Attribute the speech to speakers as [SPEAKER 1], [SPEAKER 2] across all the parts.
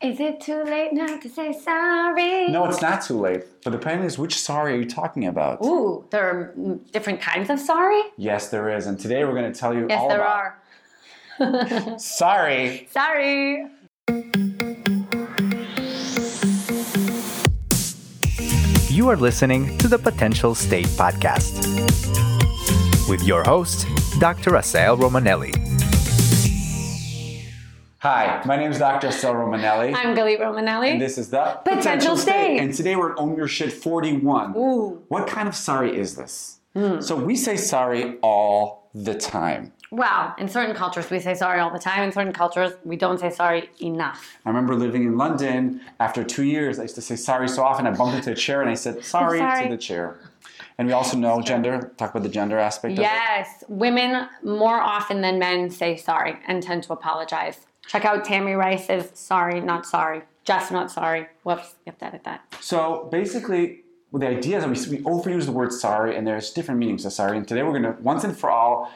[SPEAKER 1] Is it too late now to say sorry?
[SPEAKER 2] No, it's not too late. But the point is, which sorry are you talking about?
[SPEAKER 1] Ooh, there are mm, different kinds of sorry?
[SPEAKER 2] Yes, there is. And today we're going to tell you
[SPEAKER 1] Yes,
[SPEAKER 2] all
[SPEAKER 1] there
[SPEAKER 2] about
[SPEAKER 1] are.
[SPEAKER 2] sorry.
[SPEAKER 1] Sorry.
[SPEAKER 3] You are listening to the Potential State Podcast with your host, Dr. Asael Romanelli.
[SPEAKER 2] Hi, my name is Dr. Estelle Romanelli.
[SPEAKER 1] I'm Billy Romanelli.
[SPEAKER 2] and this is the
[SPEAKER 1] Potential State.
[SPEAKER 2] And today we're at Own Your Shit 41.
[SPEAKER 1] Ooh. Hmm.
[SPEAKER 2] What kind of sorry is this? So we say sorry all the time.
[SPEAKER 1] Wow. In certain cultures, we say sorry all the time. In certain cultures, we don't say sorry enough.
[SPEAKER 2] I remember living in London after two years, I used to say sorry so often. I bumped into a chair and I said sorry,
[SPEAKER 1] sorry.
[SPEAKER 2] to the chair. And we also know gender, talk about the gender aspect of it.
[SPEAKER 1] Yes. Women more often than men say sorry and tend to apologize. Check out Tammy Rice's Sorry, Not Sorry. Just Not Sorry. Whoops. You have to edit that.
[SPEAKER 2] So basically, well, the idea is that we, we overuse the word sorry, and there's different meanings of sorry. And today we're going to once and for all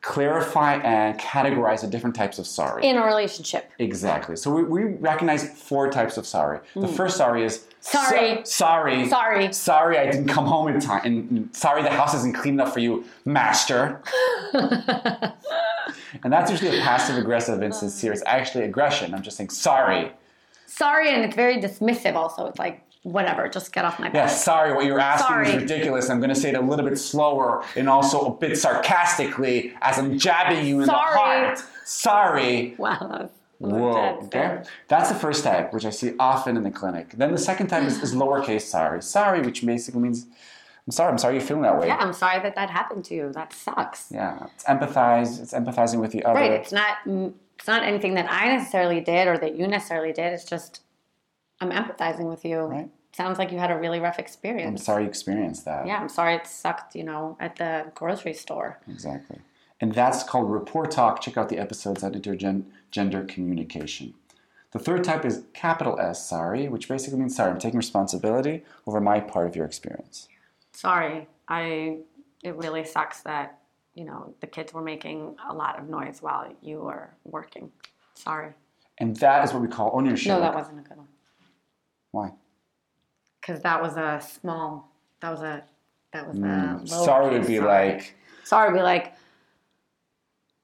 [SPEAKER 2] clarify and categorize the different types of sorry.
[SPEAKER 1] In a relationship.
[SPEAKER 2] exactly. So we, we recognize four types of sorry. The first sorry is
[SPEAKER 1] Hmm. Sorry.
[SPEAKER 2] "So- sorry,
[SPEAKER 1] Sorry.
[SPEAKER 2] sorry, I didn't come home in time, and sorry, the house isn't clean enough for you, master. and that's usually a passive aggressive instance here. It's actually aggression. I'm just saying sorry.
[SPEAKER 1] Sorry, and it's very dismissive also. It's like, whatever, just get off my back.
[SPEAKER 2] Yeah, sorry, what you're asking is
[SPEAKER 1] Sorry.
[SPEAKER 2] ridiculous. I'm going to say it a little bit slower and also a bit sarcastically as I'm jabbing you in
[SPEAKER 1] Sorry.
[SPEAKER 2] the heart. Sorry.
[SPEAKER 1] Wow. that was a little
[SPEAKER 2] Whoa.
[SPEAKER 1] intense there.
[SPEAKER 2] Okay. That's the first type, which I see often in the clinic. Then the second type is, is lowercase sorry. Sorry, which basically means I'm sorry. I'm sorry you're feeling that way.
[SPEAKER 1] Yeah, I'm sorry that that happened to you. That sucks.
[SPEAKER 2] Yeah, It's empathize. It's empathizing with the other.
[SPEAKER 1] Right. It's not. mm, It's not anything that I necessarily did or that you necessarily did. It's just I'm empathizing with you.
[SPEAKER 2] Right. Mm.
[SPEAKER 1] Sounds like you had a really rough
[SPEAKER 2] I'm
[SPEAKER 1] experience.
[SPEAKER 2] sorry you experienced that.
[SPEAKER 1] yeah, I'm sorry it sucked. You know, at the grocery store.
[SPEAKER 2] Exactly. And that's called rapport talk. Check out the episodes on intergender communication. The third type is capital S, sorry, which basically means sorry, I'm taking responsibility over my part of your experience.
[SPEAKER 1] Sorry, I. It really sucks that you know the kids were making a lot of noise while you were working. Sorry.
[SPEAKER 2] And that is what we call ownership.
[SPEAKER 1] No, that wasn't a good one.
[SPEAKER 2] Why?
[SPEAKER 1] Because that was a small. That was a. That was a. lowercase
[SPEAKER 2] Hmm, Mm. Sorry would be
[SPEAKER 1] Ah, sorry.
[SPEAKER 2] like,
[SPEAKER 1] Sorry, be like,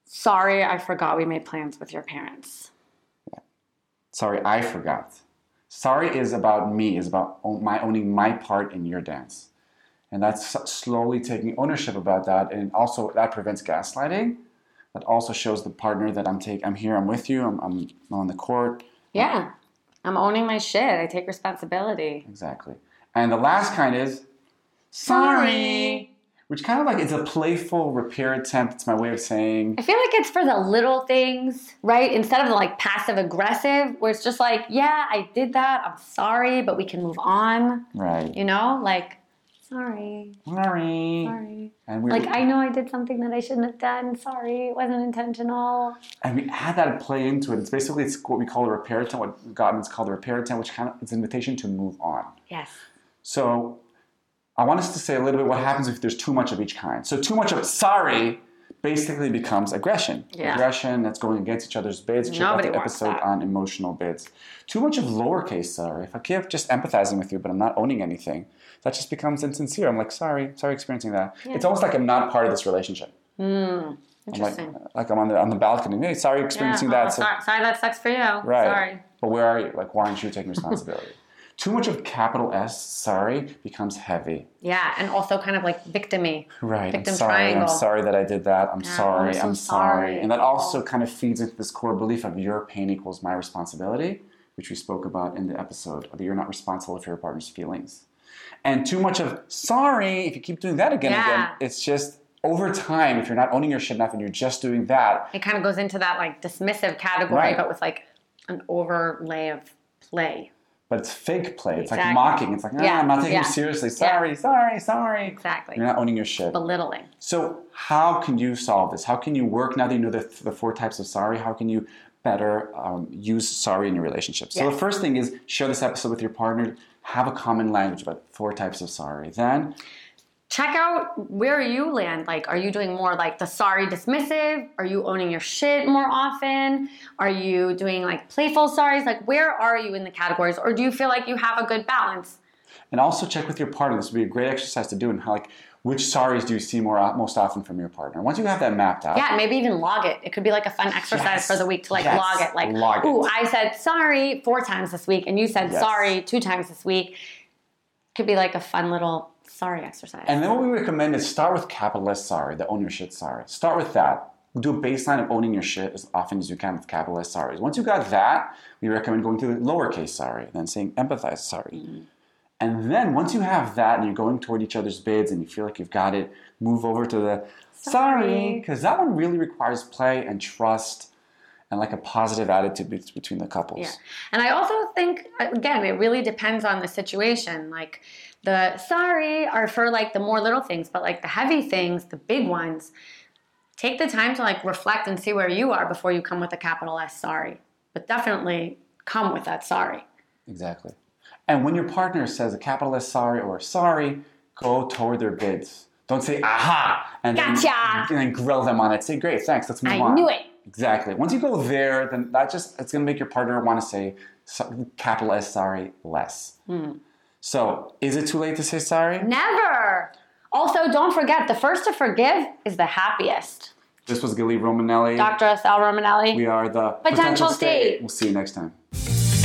[SPEAKER 1] sorry, I forgot we made plans with your parents.
[SPEAKER 2] sorry, I forgot. Sorry is about me, is about own- my owning my part in your dance. And that's s- slowly taking ownership about that. And also, that prevents gaslighting. That also shows the partner that I'm take, I'm here, I'm with you, I'm, I'm on the court,
[SPEAKER 1] Yeah, I'm owning my shit. I take responsibility.
[SPEAKER 2] Exactly. And the last kind is sorry, which kind of like it's a playful repair attempt. It's my way of saying
[SPEAKER 1] I feel like it's for the little things, right? Instead of the, like passive aggressive, where it's just like, yeah, I did that. I'm sorry, but we can move on.
[SPEAKER 2] right.
[SPEAKER 1] You know, like, sorry,
[SPEAKER 2] Sorry.
[SPEAKER 1] sorry.
[SPEAKER 2] And we
[SPEAKER 1] Like, I know I did something that I shouldn't have done. Sorry, it wasn't intentional.
[SPEAKER 2] and we add that play into it. It's basically it's what we call a repair attempt. What Gottman's called a repair attempt, which kind of it's an invitation to move on.
[SPEAKER 1] Yes.
[SPEAKER 2] So I want us to say a little bit what happens if there's too much of each kind. So too much of sorry basically becomes aggression.
[SPEAKER 1] Yeah.
[SPEAKER 2] Aggression that's going against each other's bids. Check
[SPEAKER 1] Nobody
[SPEAKER 2] out the
[SPEAKER 1] wants
[SPEAKER 2] episode
[SPEAKER 1] that.
[SPEAKER 2] on emotional bids. Too much of lowercase sorry. If I keep just empathizing with you, but I'm not owning anything, that just becomes insincere. I'm like, sorry, sorry experiencing that. It's almost like I'm not part of this relationship. I'm like,
[SPEAKER 1] Interesting.
[SPEAKER 2] like I'm on the on the balcony. Hey, sorry experiencing
[SPEAKER 1] Yeah,
[SPEAKER 2] that.
[SPEAKER 1] oh,
[SPEAKER 2] So-
[SPEAKER 1] sorry, sorry, that sucks for you.
[SPEAKER 2] Right.
[SPEAKER 1] Sorry.
[SPEAKER 2] But where are you? Like, why aren't you taking responsibility? Too much of capital S sorry becomes heavy.
[SPEAKER 1] Yeah, and also kind of like victimy.
[SPEAKER 2] Right. I'm
[SPEAKER 1] Victim
[SPEAKER 2] sorry. I'm
[SPEAKER 1] triangle.
[SPEAKER 2] sorry that I did that. I'm sorry.
[SPEAKER 1] I'm so
[SPEAKER 2] I'm sorry.
[SPEAKER 1] sorry.
[SPEAKER 2] And that also kind of feeds into this core belief of your pain equals my responsibility, which we spoke about in the episode that you're not responsible for your partner's feelings. And too much of sorry, if you keep doing that again and again,
[SPEAKER 1] Yeah.
[SPEAKER 2] it's just over time, if you're not owning your shit enough and you're just doing that,
[SPEAKER 1] It kind of goes into that like dismissive category,
[SPEAKER 2] Right.
[SPEAKER 1] but with like an overlay of play.
[SPEAKER 2] but it's fake play. It's like
[SPEAKER 1] Exactly.
[SPEAKER 2] mocking. It's like, ah,
[SPEAKER 1] Yeah.
[SPEAKER 2] I'm not taking you
[SPEAKER 1] Yeah.
[SPEAKER 2] seriously. Sorry, sorry, sorry.
[SPEAKER 1] Exactly.
[SPEAKER 2] You're not owning your shit.
[SPEAKER 1] Belittling.
[SPEAKER 2] So, how can you solve this? How can you work now that you know the, the four types of sorry? How can you better um, use sorry in your relationship? So, the
[SPEAKER 1] Yes.
[SPEAKER 2] first thing is share this episode with your partner, have a common language about four types of sorry. Then,
[SPEAKER 1] check out where you land. Like, are you doing more like the sorry dismissive? Are you owning your shit more often? Are you doing like playful sorries? Like, where are you in the categories? Or do you feel like you have a good balance?
[SPEAKER 2] And also check with your partner. This would be a great exercise to do. And how, like, which sorries do you see more uh, most often from your partner? Once you have that mapped out,
[SPEAKER 1] Yeah, and maybe even log it. It could be like a fun exercise
[SPEAKER 2] Yes.
[SPEAKER 1] for the week to like
[SPEAKER 2] Yes.
[SPEAKER 1] log it. Like,
[SPEAKER 2] Log it.
[SPEAKER 1] ooh, I said sorry four times this week, and you said
[SPEAKER 2] Yes.
[SPEAKER 1] sorry two times this week. Could be like a fun little sorry exercise.
[SPEAKER 2] And then what we recommend is start with capital S sorry, the own your shit sorry. Start with that. Do a baseline of owning your shit as often as you can with capital S sorries. Once you got that, we recommend going to the lowercase sorry, then saying empathize sorry. And then once you have that and you're going toward each other's bids and you feel like you've got it, move over to the sorry,
[SPEAKER 1] Sorry.
[SPEAKER 2] because that one really requires play and trust and like a positive attitude be- between the couples.
[SPEAKER 1] Yeah. And I also think, again, it really depends on the situation. Like, the sorry are for like the more little things, but like the heavy things, the big ones, take the time to like reflect and see where you are before you come with a capital S sorry. But definitely come with that sorry.
[SPEAKER 2] Exactly. And when your partner says a capital S sorry or sorry, go toward their bids. Don't say aha and
[SPEAKER 1] Gotcha.
[SPEAKER 2] then, and then grill them on it. Say great, thanks. Let's move
[SPEAKER 1] I
[SPEAKER 2] on.
[SPEAKER 1] knew it.
[SPEAKER 2] Exactly. Once you go there, then that just it's gonna make your partner want to say so, capital S sorry less.
[SPEAKER 1] Hmm.
[SPEAKER 2] So is it too late to say sorry?
[SPEAKER 1] Never. Also, don't forget the first to forgive is the happiest.
[SPEAKER 2] This was Gilly Romanelli.
[SPEAKER 1] Dr. Sal Romanelli.
[SPEAKER 2] we are the
[SPEAKER 1] Potential
[SPEAKER 2] state.
[SPEAKER 1] State.
[SPEAKER 2] We'll see you next time.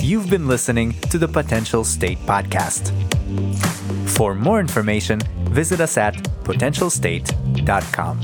[SPEAKER 3] You've been listening to the Potential State Podcast. For more information, visit us at potentialstate.com.